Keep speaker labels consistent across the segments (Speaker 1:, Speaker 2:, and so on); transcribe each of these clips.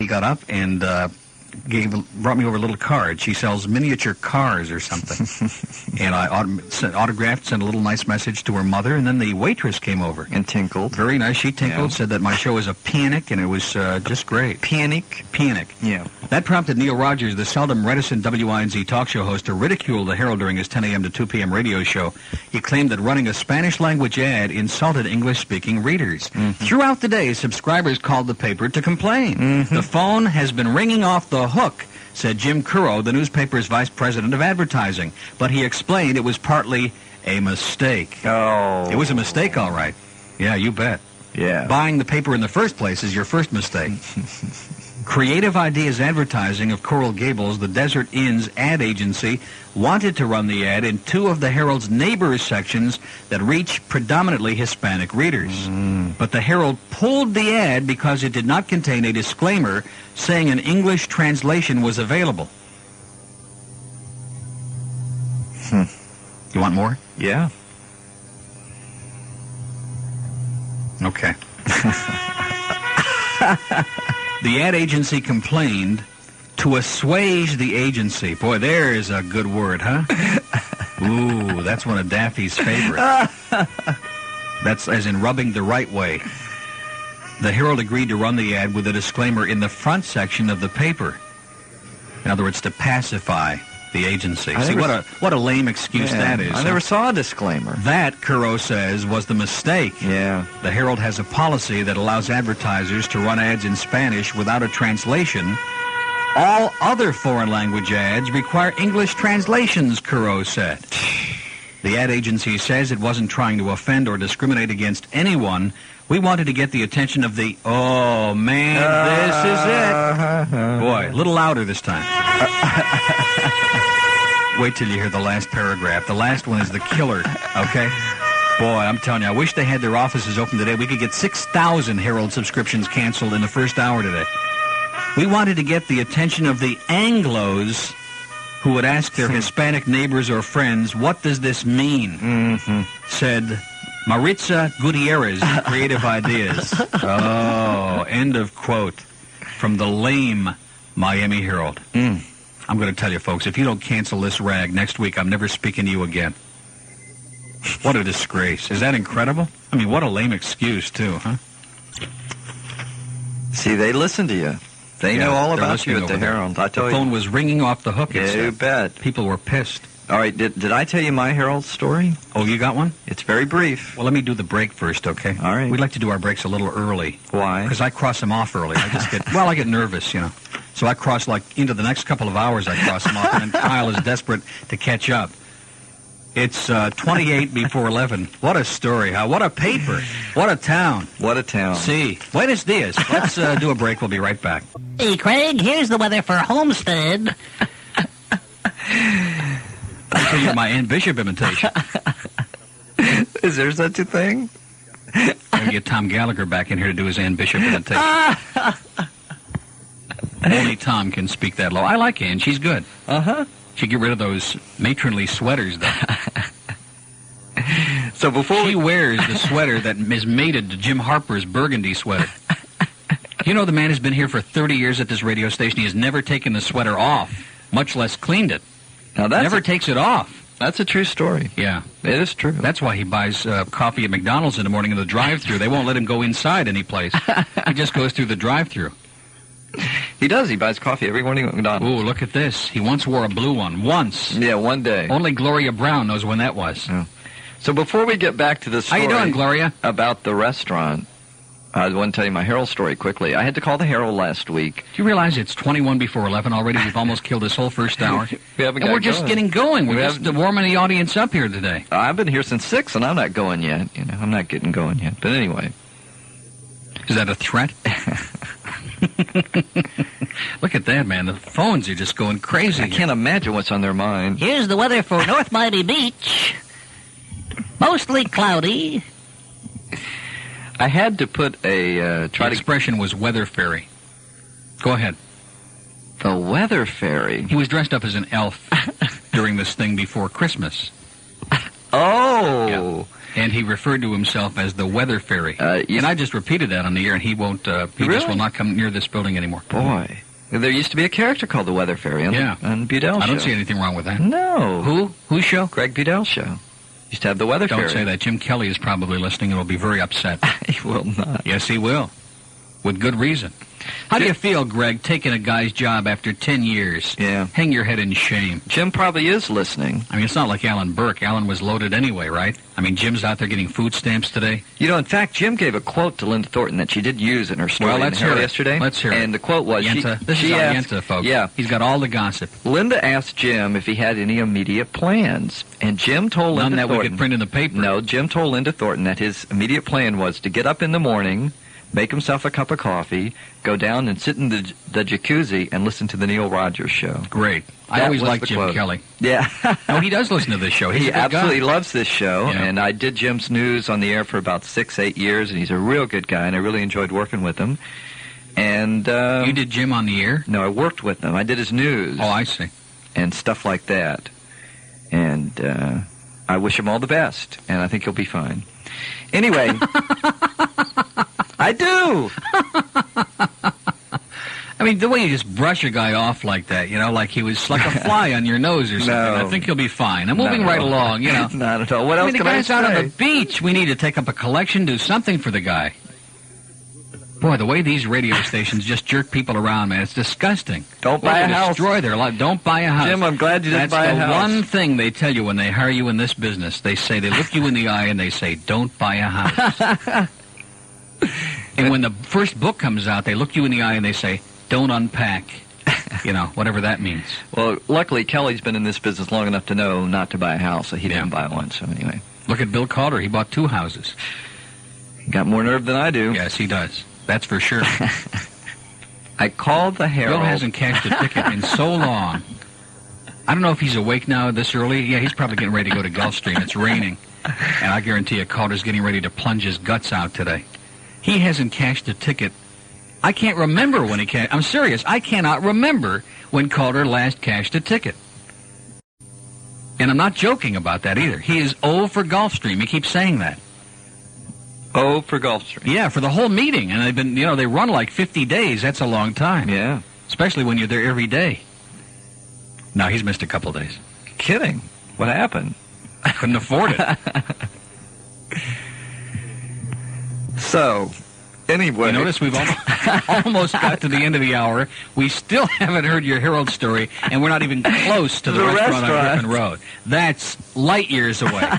Speaker 1: He got up and uh, gave brought me over a little card. She sells miniature cars or something, and I autom- sent, autographed, sent a little nice message to her mother, and then the waitress came over.
Speaker 2: And tinkled.
Speaker 1: Very nice. She tinkled,
Speaker 2: Yeah.
Speaker 1: said that my show was a panic, and it was uh, just great.
Speaker 2: Panic.
Speaker 1: Panic.
Speaker 2: Yeah.
Speaker 1: That prompted Neil Rogers, the seldom reticent WINZ talk show host, to ridicule the Herald during his 10 a.m. to 2 p.m. radio show. He claimed that running a Spanish language ad insulted English speaking readers. Throughout the day, subscribers called the paper to complain. The phone has been ringing off the hook. Said Jim Curro, the newspaper's vice president of advertising. But he explained it was partly a mistake.
Speaker 2: Oh.
Speaker 1: It was a mistake, all right. Yeah, you bet.
Speaker 2: Yeah.
Speaker 1: Buying the paper in the first place is your first mistake. Creative Ideas Advertising of Coral Gables, the Desert Inn's ad agency, wanted to run the ad in two of the Herald's neighbors sections that reach predominantly Hispanic readers. But the Herald pulled the ad because it did not contain a disclaimer saying an English translation was available. You want more?
Speaker 2: yeah.
Speaker 1: Okay. the ad agency complained to assuage the agency. Boy, there is a good word, huh? Ooh, that's one of Daffy's favorites. That's as in rubbing the right way. The Herald agreed to run the ad with a disclaimer in the front section of the paper. In other words, to pacify the agency.
Speaker 2: I
Speaker 1: See
Speaker 2: never-
Speaker 1: what a what a lame excuse
Speaker 2: Yeah.
Speaker 1: that is.
Speaker 2: I
Speaker 1: huh?
Speaker 2: never saw a disclaimer.
Speaker 1: That Kuro says was the mistake.
Speaker 2: Yeah.
Speaker 1: The Herald has a policy that allows advertisers to run ads in Spanish without a translation. All other foreign language ads require English translations, Kuro said. The ad agency says it wasn't trying to offend or discriminate against anyone. We wanted to get the attention of the. Oh, man, this is it. Boy, a little louder this time. Wait till you hear the last paragraph. The last one is the killer, okay? Boy, I'm telling you, I wish they had their offices open today. We could get 6,000 Herald subscriptions canceled in the first hour today. We wanted to get the attention of the Anglos who would ask their Hispanic neighbors or friends, what does this mean? Mm-hmm. Said Maritza Gutierrez, of Creative Ideas. Oh, end of quote from the lame Miami Herald. I'm going to tell you, folks, if you don't cancel this rag next week, I'm never speaking to you again. What a disgrace. Is that incredible? I mean, what a lame excuse, too, huh?
Speaker 2: See, they listen to you. They
Speaker 1: Yeah,
Speaker 2: know all
Speaker 1: they're
Speaker 2: about
Speaker 1: listening
Speaker 2: you at the
Speaker 1: over there.
Speaker 2: Herald. I
Speaker 1: The
Speaker 2: tell
Speaker 1: phone
Speaker 2: you.
Speaker 1: was ringing off the hook. it
Speaker 2: Yeah, you
Speaker 1: said.
Speaker 2: bet.
Speaker 1: People were pissed.
Speaker 2: All right. Did, did I tell you my Herald story?
Speaker 1: Oh, you got one?
Speaker 2: It's very brief.
Speaker 1: Well, let me do the break first, okay?
Speaker 2: All right.
Speaker 1: We'd like to do our breaks a little early
Speaker 2: Why?
Speaker 1: because I cross them off early. I just get well, I get nervous, you know. So I cross like into the next couple of hours. I cross them off, and then Kyle is desperate to catch up. It's uh, 28 before 11. What a story, huh? What a paper. What a town.
Speaker 2: What a town.
Speaker 1: See, buenos dias. Let's uh, do a break. We'll be right back.
Speaker 3: Hey, Craig, here's the weather for Homestead.
Speaker 1: I'll tell you my Ann Bishop imitation.
Speaker 2: Is there such a thing?
Speaker 1: Gotta get Tom Gallagher back in here to do his Ann Bishop imitation. Only Tom can speak that low. I like Ann. She's good.
Speaker 2: Uh
Speaker 3: Uh-huh.
Speaker 2: huh.
Speaker 1: She get rid of those matronly sweaters, though.
Speaker 2: So before
Speaker 1: She
Speaker 2: we.
Speaker 1: wears the sweater that is mated to Jim Harper's burgundy sweater. You know, the man has been here for 30 years at this radio station. He has never taken the sweater off, much less cleaned it.
Speaker 2: Now that's,
Speaker 1: never
Speaker 2: a,
Speaker 1: takes it off.
Speaker 2: that's a true story.
Speaker 1: Yeah.
Speaker 2: It is true.
Speaker 1: That's why he buys uh, coffee at McDonald's in the morning in the drive through. They won't let him go inside any place. He just goes through the drive through.
Speaker 2: He does. He buys coffee every morning at McDonald's.
Speaker 1: Ooh, look at this. He once wore a blue one. Once.
Speaker 2: Yeah, one day.
Speaker 1: Only Gloria Brown knows when that was.
Speaker 2: So before we get back to the
Speaker 1: How
Speaker 2: story
Speaker 1: you doing, Gloria?
Speaker 2: about the restaurant, I want to tell you my Herald story quickly. I had to call the Herald last week.
Speaker 1: Do you realize it's 21 before 11 already? We've almost killed this whole first hour.
Speaker 2: We haven't
Speaker 1: And
Speaker 2: got
Speaker 1: we're just
Speaker 2: going.
Speaker 1: getting going. We're
Speaker 2: We
Speaker 1: just
Speaker 2: haven't-
Speaker 1: warming the audience up here today.
Speaker 2: I've been here since six, and I'm not going yet. You know, I'm not getting going yet. But anyway,
Speaker 1: Is that a threat? Look at that, man. The phones are just going crazy.
Speaker 2: I can't imagine what's on their mind.
Speaker 3: Here's the weather for North Miami Beach. Mostly cloudy.
Speaker 2: I had to put a uh,
Speaker 1: The
Speaker 2: try to
Speaker 1: expression was weather fairy. Go ahead.
Speaker 2: the weather fairy.
Speaker 1: He was dressed up as an elf during this thing before Christmas.
Speaker 2: Oh,
Speaker 1: and he referred to himself as the Weather Fairy.
Speaker 2: Uh, you
Speaker 1: and I just repeated that on the air, and he won't. Uh, he just
Speaker 2: Really?
Speaker 1: will not come near this building anymore.
Speaker 2: boy, there used to be a character called the Weather Fairy on,
Speaker 1: Yeah.
Speaker 2: on Budel's
Speaker 1: I don't
Speaker 2: show.
Speaker 1: see anything wrong with that.
Speaker 2: No.
Speaker 1: Who? Who show?
Speaker 2: Greg Budel's show. Used to have the Weather
Speaker 1: Don't
Speaker 2: Fairy.
Speaker 1: say that. Jim Kelly is probably listening and will be very upset.
Speaker 2: he will not.
Speaker 1: yes, he will, with good reason. How do you feel, Greg, taking a guy's job after ten years?
Speaker 2: Yeah.
Speaker 1: Hang your head in shame.
Speaker 2: Jim probably is listening.
Speaker 1: I mean, it's not like Alan Burke. Alan was loaded anyway, right? I mean, Jim's out there getting food stamps today.
Speaker 2: You know, in fact, Jim gave a quote to Linda Thornton that she did use in her story
Speaker 1: Well,
Speaker 2: in
Speaker 1: let's
Speaker 2: Hell
Speaker 1: hear it.
Speaker 2: yesterday.
Speaker 1: Let's hear it.
Speaker 2: And the quote was, she,
Speaker 1: Yenta, this
Speaker 2: she
Speaker 1: is our
Speaker 2: asked,
Speaker 1: Yenta, folks.
Speaker 2: Yeah.
Speaker 1: he's got all the gossip.
Speaker 2: Linda asked Jim if he had any immediate plans, and Jim told
Speaker 1: None
Speaker 2: Linda
Speaker 1: that we
Speaker 2: Thornton.
Speaker 1: could print in the paper.
Speaker 2: No, Jim told Linda Thornton that his immediate plan was to get up in the morning, make himself a cup of coffee, go down and sit in the, the jacuzzi and listen to the Neil Rogers show.
Speaker 1: Great. I
Speaker 2: That
Speaker 1: always
Speaker 2: was
Speaker 1: liked
Speaker 2: the
Speaker 1: Jim
Speaker 2: quote.
Speaker 1: Kelly.
Speaker 2: Yeah,
Speaker 1: No, he does listen to this show. He's
Speaker 2: he
Speaker 1: a good guy.
Speaker 2: absolutely loves this show,
Speaker 1: Yeah.
Speaker 2: and I did Jim's news on the air for about six, eight years, and he's a real good guy, and I really enjoyed working with him. And um,
Speaker 1: You did Jim on the air?
Speaker 2: no, I worked with him. I did his news
Speaker 1: Oh, I see.
Speaker 2: and stuff like that. And uh, I wish him all the best, and I think he'll be fine. Anyway, I do.
Speaker 1: I mean, the way you just brush a guy off like that, you know, like he was like a fly on your nose or something.
Speaker 2: No.
Speaker 1: I think he'll be fine. I'm moving right along, you know.
Speaker 2: Not at all. What
Speaker 1: I
Speaker 2: else
Speaker 1: mean, the
Speaker 2: can I
Speaker 1: guy's
Speaker 2: say?
Speaker 1: out on the beach. We need to take up a collection, do something for the guy. Boy, the way these radio stations just jerk people around, man, it's disgusting.
Speaker 2: Don't
Speaker 1: Way
Speaker 2: buy
Speaker 1: to
Speaker 2: a house.
Speaker 1: Destroy their life. Don't buy a house.
Speaker 2: Jim, I'm glad you
Speaker 1: That's
Speaker 2: didn't buy
Speaker 1: the
Speaker 2: a house.
Speaker 1: one thing they tell you when they hire you in this business. They say they look you in the eye and they say, "Don't buy a house." and when the first book comes out, they look you in the eye and they say, "Don't unpack." You know, whatever that means.
Speaker 2: Well, luckily Kelly's been in this business long enough to know not to buy a house, so he
Speaker 1: Yeah.
Speaker 2: didn't buy one. So anyway,
Speaker 1: Look at Bill Calder. He bought two houses.
Speaker 2: he got more nerve than I do.
Speaker 1: Yes, he does. That's for sure.
Speaker 2: I called the Herald.
Speaker 1: Bill hasn't cashed a ticket in so long. I don't know if he's awake now this early. Yeah, he's probably getting ready to go to Gulfstream. It's raining. And I guarantee you, Calder's getting ready to plunge his guts out today. He hasn't cashed a ticket. I can't remember when he cashed. I'm serious. I cannot remember when Calder last cashed a ticket. And I'm not joking about that either. He is O for Gulfstream. He keeps saying that.
Speaker 2: oh, for Gulfstream.
Speaker 1: Yeah, for the whole meeting. And they've been, you know, they run like 50 days. That's a long time
Speaker 2: Yeah,
Speaker 1: especially when you're there every day. No, he's missed a couple days.
Speaker 2: kidding. What happened?
Speaker 1: Couldn't afford it.
Speaker 2: So, anyway,
Speaker 1: You notice we've almost, almost got to the end of the hour. We still haven't heard your Herald story, and we're not even close to the,
Speaker 2: The
Speaker 1: restaurant, on
Speaker 2: restaurant.
Speaker 1: Griffin Road. That's light years away.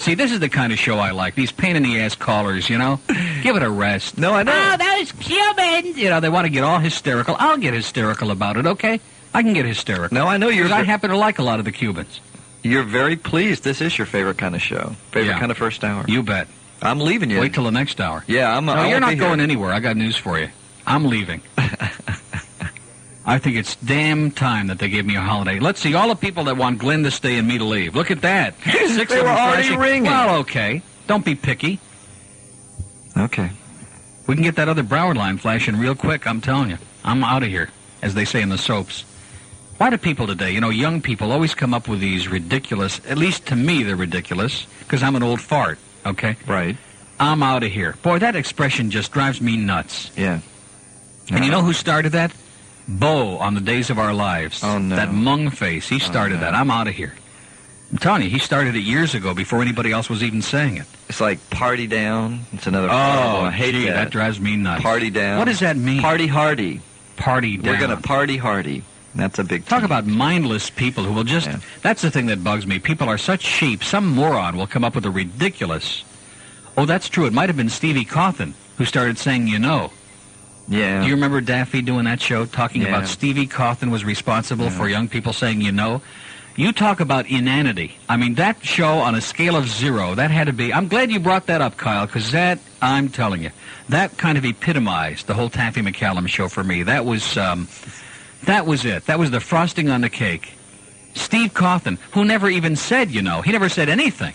Speaker 1: See, this is the kind of show I like. These pain in the ass callers, you know? Give it a rest. Ah,
Speaker 2: No, I know.
Speaker 3: Oh, those Cubans!
Speaker 1: You know, they want to get all hysterical. I'll get hysterical about it, okay? I can get hysterical.
Speaker 2: No, I know you're
Speaker 1: Because I happen to like a lot of the Cubans.
Speaker 2: you're very pleased. This is your favorite kind of show, favorite
Speaker 1: Yeah.
Speaker 2: kind of first hour.
Speaker 1: You bet.
Speaker 2: I'm leaving you.
Speaker 1: Wait till the next hour.
Speaker 2: yeah, I'm. I
Speaker 1: No,
Speaker 2: won't
Speaker 1: you're
Speaker 2: be
Speaker 1: not going
Speaker 2: here.
Speaker 1: anywhere. I got news for you. I'm leaving. I think it's damn time that they gave me a holiday. Let's see, all the people that want Glenn to stay and me to leave. Look at that. Six
Speaker 2: They
Speaker 1: of
Speaker 2: were
Speaker 1: them
Speaker 2: already
Speaker 1: crashing.
Speaker 2: ringing.
Speaker 1: Well, okay. Don't be picky.
Speaker 2: Okay.
Speaker 1: We can get that other Broward line flashing real quick, I'm telling you. I'm out of here, as they say in the soaps. Why do people today, you know, young people always come up with these ridiculous, at least to me they're ridiculous, because I'm an old fart, okay?
Speaker 2: Right.
Speaker 1: I'm out of here. Boy, that expression just drives me nuts.
Speaker 2: Yeah.
Speaker 1: And you know who started that? Bo on the Days of Our Lives.
Speaker 2: Oh, no. Oh,
Speaker 1: That mung face. He started
Speaker 2: no.
Speaker 1: that. I'm out of here. I'm telling you, he started it years ago before anybody else was even saying it.
Speaker 2: It's like party down. It's
Speaker 1: Oh,
Speaker 2: another. Oh, I hate
Speaker 1: gee,
Speaker 2: that.
Speaker 1: drives me nuts.
Speaker 2: Party down.
Speaker 1: What does that mean?
Speaker 2: Party hardy.
Speaker 1: Party down.
Speaker 2: We're gonna party hardy. That's a big
Speaker 1: Talk
Speaker 2: thing.
Speaker 1: about mindless people who will just.
Speaker 2: Yeah.
Speaker 1: That's the thing that bugs me. People are such sheep. Some moron will come up with a ridiculous. Oh, that's true. It might have been Stevie Coffin who started saying, you know.
Speaker 2: Yeah.
Speaker 1: Do you remember Daffy doing that show talking
Speaker 2: Yeah.
Speaker 1: about Stevie Coffin was responsible for young people saying you know? You talk about inanity. I mean, that show on a scale of zero, that had to be. I'm glad you brought that up, Kyle, because that, I'm telling you, that kind of epitomized the whole Taffy McCallum show for me. That was, um, that was it. That was the frosting on the cake. Steve Coffin, who never even said, you know, he never said anything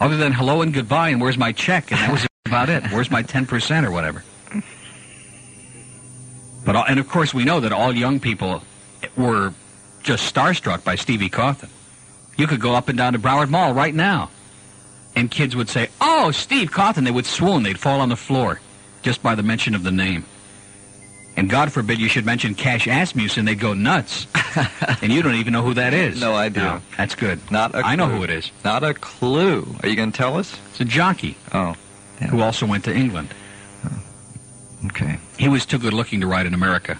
Speaker 1: other than hello and goodbye and where's my check, and that was about it. Where's my 10% or whatever. But all- and of course we know that all young people were just starstruck by Stevie Coffin. You could go up and down to Broward Mall right now. and kids would say, "Oh, Steve Cawthon," they would swoon, they'd fall on the floor, just by the mention of the name. And God forbid you should mention Cash Asmussen, they'd go nuts. and you don't even know who that is.
Speaker 2: No idea.
Speaker 1: that's good.
Speaker 2: Not a
Speaker 1: I know
Speaker 2: clue.
Speaker 1: who it is.
Speaker 2: Not a clue. Are you going to tell us?
Speaker 1: It's a jockey
Speaker 2: Oh,
Speaker 1: who also went to England.
Speaker 2: okay.
Speaker 1: He was too good looking to ride in America.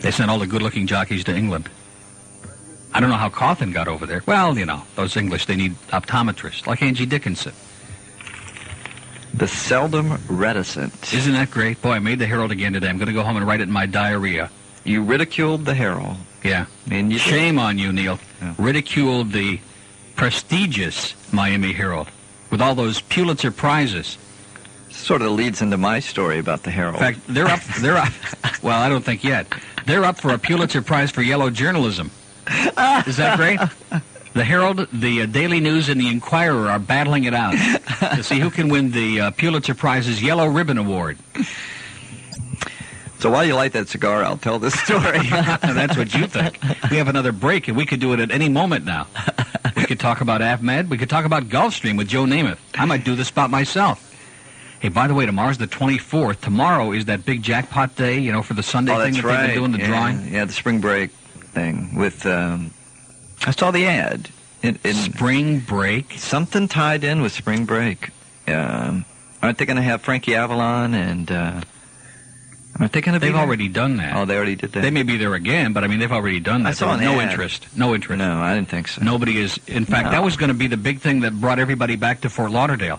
Speaker 1: They sent all the good looking jockeys to England. I don't know how Cawthon got over there. Well, you know, those English, they need optometrists, like Angie Dickinson.
Speaker 2: The seldom reticent.
Speaker 1: Isn't that great? Boy, I made the Herald again today. I'm going to go home and write it in my diarrhea.
Speaker 2: You ridiculed the Herald.
Speaker 1: Yeah.
Speaker 2: And you
Speaker 1: Shame on you, Neil.
Speaker 2: Yeah.
Speaker 1: Ridiculed the prestigious Miami Herald with all those Pulitzer Prizes.
Speaker 2: sort of leads into my story about the Herald.
Speaker 1: In fact, they're up. They're up. Well, I don't think yet. They're up for a Pulitzer Prize for yellow journalism. Is that great? The Herald, the uh, Daily News, and the Inquirer are battling it out to see who can win the uh, Pulitzer Prize's Yellow Ribbon Award.
Speaker 2: so while you light that cigar, I'll tell this story. Oh,
Speaker 1: That's what you think. We have another break, and we could do it at any moment now. We could talk about AvMed. We could talk about Gulfstream with Joe Namath. I might do this spot myself. Hey, by the way, tomorrow's the 24th. Tomorrow is that big jackpot day, you know, for the Sunday
Speaker 2: oh,
Speaker 1: thing
Speaker 2: that's
Speaker 1: that
Speaker 2: right.
Speaker 1: they've been doing, the
Speaker 2: yeah,
Speaker 1: drawing.
Speaker 2: Yeah, the spring break thing with. Um, I saw the ad. It, it,
Speaker 1: Spring break.
Speaker 2: something tied in with spring break. Um, aren't they going to have Frankie Avalon and? Uh, aren't they going to be?
Speaker 1: They've
Speaker 2: there?
Speaker 1: already done that.
Speaker 2: Oh, they already did that.
Speaker 1: They may be there again, but I mean, they've already done that.
Speaker 2: I saw
Speaker 1: There was
Speaker 2: an
Speaker 1: no
Speaker 2: ad.
Speaker 1: interest. No interest.
Speaker 2: No, I didn't think so.
Speaker 1: Nobody is. In fact,
Speaker 2: No.
Speaker 1: that was going to be the big thing that brought everybody back to Fort Lauderdale.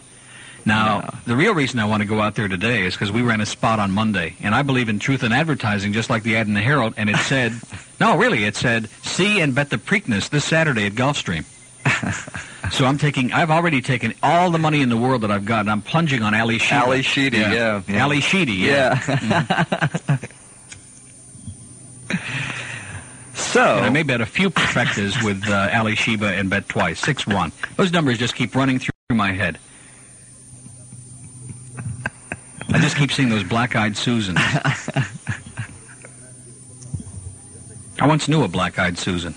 Speaker 1: Now,
Speaker 2: No.
Speaker 1: the real reason I want to go out there today is because we ran a spot on Monday, and I believe in truth in advertising, just like the ad in the Herald, and it said, no, really, it said, see and bet the Preakness this Saturday at Gulfstream. so I'm taking, I've already taken all the money in the world that I've got, and I'm plunging on Ali Sheedy.
Speaker 2: Ally Sheedy, yeah, yeah.
Speaker 1: Ali Sheedy,
Speaker 2: Yeah. so
Speaker 1: And I may bet a few perfectas with uh, Ali Sheba and bet twice, 6 1. Those numbers just keep running through my head. I just keep seeing those black eyed Susans. I once knew a black eyed Susan.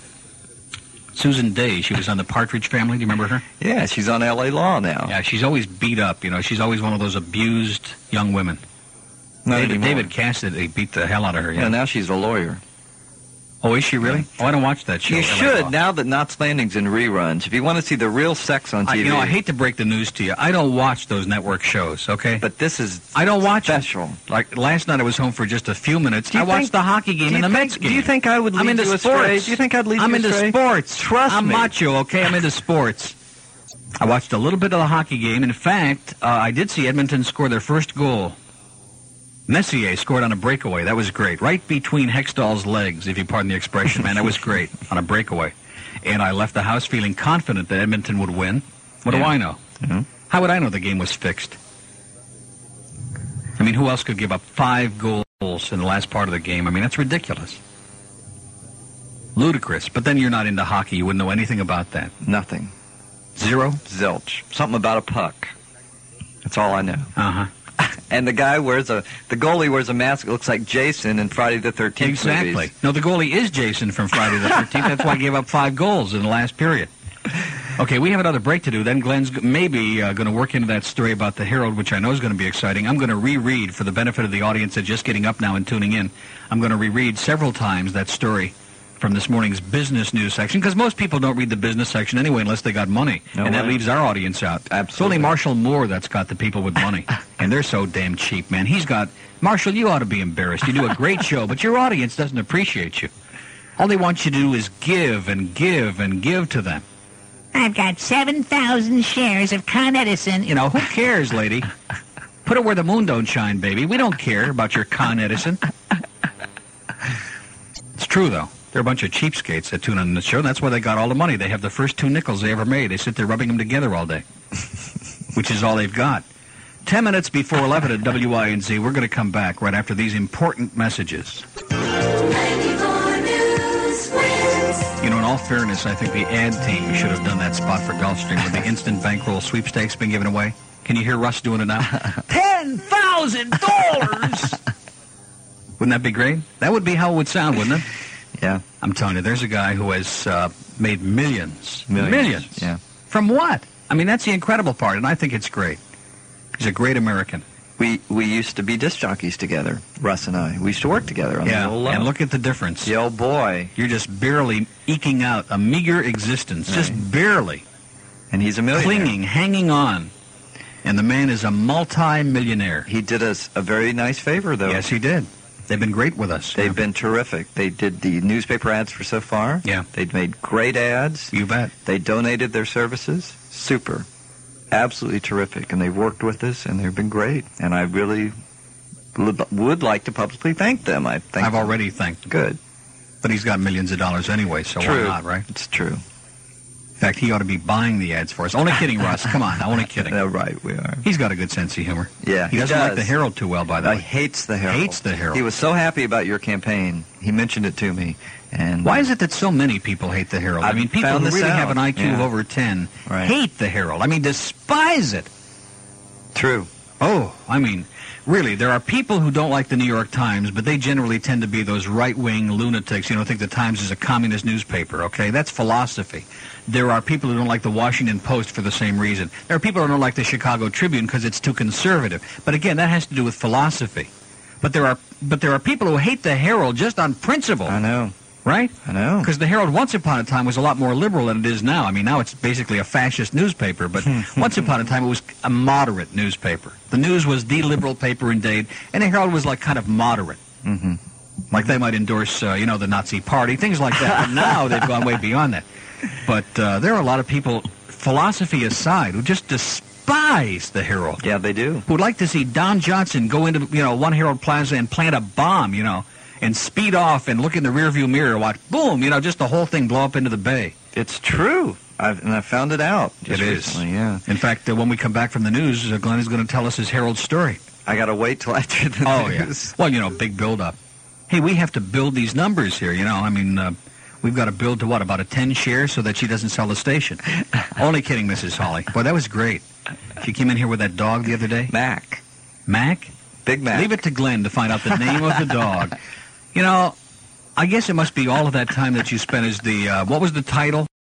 Speaker 1: Susan Day, she was on the Partridge family. Do you remember her?
Speaker 2: yeah, she's on L.A. Law now.
Speaker 1: Yeah, she's always beat up. You know, she's always one of those abused young women.
Speaker 2: Not
Speaker 1: David,
Speaker 2: anymore.
Speaker 1: David Cassidy beat the hell out of her.
Speaker 2: Yeah,
Speaker 1: Yeah.
Speaker 2: now she's a lawyer.
Speaker 1: Oh, is she really? Oh, I don't watch that show.
Speaker 2: You
Speaker 1: LA Law.
Speaker 2: should now that Knots Landing's in reruns. If you want to see the real sex on TV,
Speaker 1: I, you know, I hate to break the news to you. I don't watch those network shows. Okay,
Speaker 2: but this is
Speaker 1: I don't watch them.
Speaker 2: special.
Speaker 1: Like last night, I was home for just a few minutes.
Speaker 2: Do
Speaker 1: I
Speaker 2: you
Speaker 1: watched
Speaker 2: think-
Speaker 1: the hockey game
Speaker 2: do
Speaker 1: and
Speaker 2: you
Speaker 1: the
Speaker 2: think-
Speaker 1: Mets game.
Speaker 2: Do you think I would lead
Speaker 1: I'm into
Speaker 2: you astray?
Speaker 1: sports.
Speaker 2: Do you think I'd lead
Speaker 1: I'm
Speaker 2: you
Speaker 1: into
Speaker 2: astray?
Speaker 1: sports.
Speaker 2: Trust
Speaker 1: I'm
Speaker 2: me.
Speaker 1: macho. Okay, I'm into sports. I watched a little bit of the hockey game. In fact, uh, I did see Edmonton score their first goal. Messier scored on a breakaway. That was great. Right between Hextall's legs, if you pardon the expression, man. That was great on a breakaway. And I left the house feeling confident that Edmonton would win. What do
Speaker 2: Yeah.
Speaker 1: I know?
Speaker 2: Mhm.
Speaker 1: How would I know the game was fixed? I mean, who else could give up five goals in the last part of the game? I mean, that's ridiculous. Ludicrous. But then you're not into hockey. You wouldn't know anything about that.
Speaker 2: Nothing.
Speaker 1: Zero?
Speaker 2: Zilch. Something about a puck. That's all I know.
Speaker 1: Uh huh.
Speaker 2: And the guy wears a the goalie wears a mask. It looks like Jason in Friday the Thirteenth.
Speaker 1: Exactly. No, the goalie is Jason from Friday the 13th. That's why he gave up five goals in the last period. Okay, we have another break to do. Then Glenn's g- maybe uh, going to work into that story about the Herald, which I know is going to be exciting. I'm going to reread for the benefit of the audience that's just getting up now and tuning in. I'm going to reread several times that story from this morning's business news section because most people don't read the business section anyway unless they got money,
Speaker 2: No
Speaker 1: and that
Speaker 2: way.
Speaker 1: leaves our audience out. It's only
Speaker 2: Absolutely.
Speaker 1: Marshall Moore that's got the people with money, and they're so damn cheap, man. He's got Marshall. You ought to be embarrassed. You do a great show, but your audience doesn't appreciate you. All they want you to do is give and give and give to them.
Speaker 3: I've got 7,000 shares of Con Edison.
Speaker 1: You know, who cares, lady? Put it where the moon don't shine, baby. We don't care about your Con Edison. It's true, though. They're a bunch of cheapskates that tune on the show, and that's why they got all the money. They have the first two nickels they ever made. They sit there rubbing them together all day, which is all they've got. Ten minutes before 11 at WINZ, we're going to come back right after these important messages.
Speaker 4: 94 News wins.
Speaker 1: You know, in all fairness, I think the ad team should have done that spot for Gulfstream with the instant bankroll sweepstakes being given away. Can you hear Russ doing it now? Ten thousand dollars. Wouldn't that be great? That would be how it would sound, wouldn't it?
Speaker 2: Yeah.
Speaker 1: I'm telling you, there's a guy who has uh, made millions,
Speaker 2: Millions. Yeah.
Speaker 1: from what? I mean, that's the incredible part, and I think it's great. He's a great American.
Speaker 2: We we used to be disc jockeys together, Russ and I. We used to work together on
Speaker 1: yeah,
Speaker 2: the old
Speaker 1: and look at the difference.
Speaker 2: the old boy,
Speaker 1: You're just barely eking out a meager existence, just barely
Speaker 2: and he's a millionaire.
Speaker 1: clinging, hanging on. And the man is a multi-millionaire.
Speaker 2: He did us a very nice favor, though.
Speaker 1: Yes, he did. They've been great with us.
Speaker 2: They've
Speaker 1: Yeah.
Speaker 2: been terrific. They did the newspaper ads for so far.
Speaker 1: Yeah.
Speaker 2: They've made great ads.
Speaker 1: You bet.
Speaker 2: They donated their services. Super. Absolutely terrific. And they've worked with us and they've been great. And I really li- would like to publicly thank them. I think
Speaker 1: I've already thanked him.
Speaker 2: good.
Speaker 1: But he's got millions of dollars anyway, so
Speaker 2: True.
Speaker 1: why not, right?
Speaker 2: It's true.
Speaker 1: In fact, he ought to be buying the ads for us. Only kidding, Russ. Come on, only kidding.
Speaker 2: No, right, we are.
Speaker 1: He's got a good sense of humor.
Speaker 2: Yeah.
Speaker 1: He doesn't like
Speaker 2: does.
Speaker 1: the Herald too well, by the
Speaker 2: I
Speaker 1: way.
Speaker 2: hates the Herald.
Speaker 1: Hates the Herald.
Speaker 2: He was so happy about your campaign. He mentioned it to me. And
Speaker 1: Why is it that so many people hate the Herald? I,
Speaker 2: I've
Speaker 1: mean, people
Speaker 2: found
Speaker 1: who
Speaker 2: this
Speaker 1: really
Speaker 2: out.
Speaker 1: have an IQ of
Speaker 2: Yeah.
Speaker 1: over 10
Speaker 2: Right.
Speaker 1: hate the Herald. I mean, despise it.
Speaker 2: True.
Speaker 1: Oh, I mean, really, there are people who don't like the New York Times, but they generally tend to be those right-wing lunatics, you know, think the Times is a communist newspaper, okay? That's philosophy. There are people who don't like the Washington Post for the same reason. There are people who don't like the Chicago Tribune because it's too conservative. But again, that has to do with philosophy. But there are but there are people who hate the Herald just on principle,
Speaker 2: I know.
Speaker 1: right?
Speaker 2: I know.
Speaker 1: Because the Herald, once upon a time, was a lot more liberal than it is now. I mean, now it's basically a fascist newspaper, but once upon a time, it was a moderate newspaper. The News was the liberal paper in Dade, and the Herald was like kind of moderate.
Speaker 2: Mhm.
Speaker 1: Like they might endorse, uh, you know, the Nazi Party, things like that. But now they've gone way beyond that. But uh, there are a lot of people, philosophy aside, who just despise the Herald
Speaker 2: Yeah, they do.
Speaker 1: who would like to see Don Johnson go into you know One Herald Plaza and plant a bomb, you know, and speed off and look in the rearview mirror, watch boom, you know, just the whole thing blow up into the bay.
Speaker 2: It's true. I've, and I found it out. just
Speaker 1: It is.
Speaker 2: recently, Yeah.
Speaker 1: In fact, uh, when we come back from the news, uh, Glenn is going to tell us his Herald story.
Speaker 2: I gotta wait till after the
Speaker 1: Oh,
Speaker 2: news.
Speaker 1: yes. Well, you know, big build up. Hey, we have to build these numbers here. You know, I mean. Uh, We've got to build to what about a ten share so that she doesn't sell the station. Only kidding, Mrs. Holly. Boy, that was great. She came in here with that dog the other day,
Speaker 2: Mac.
Speaker 1: Mac.
Speaker 2: Big Mac.
Speaker 1: Leave it to Glenn to find out the name of the dog. You know, I guess it must be all of that time that you spent as the uh, what was the title?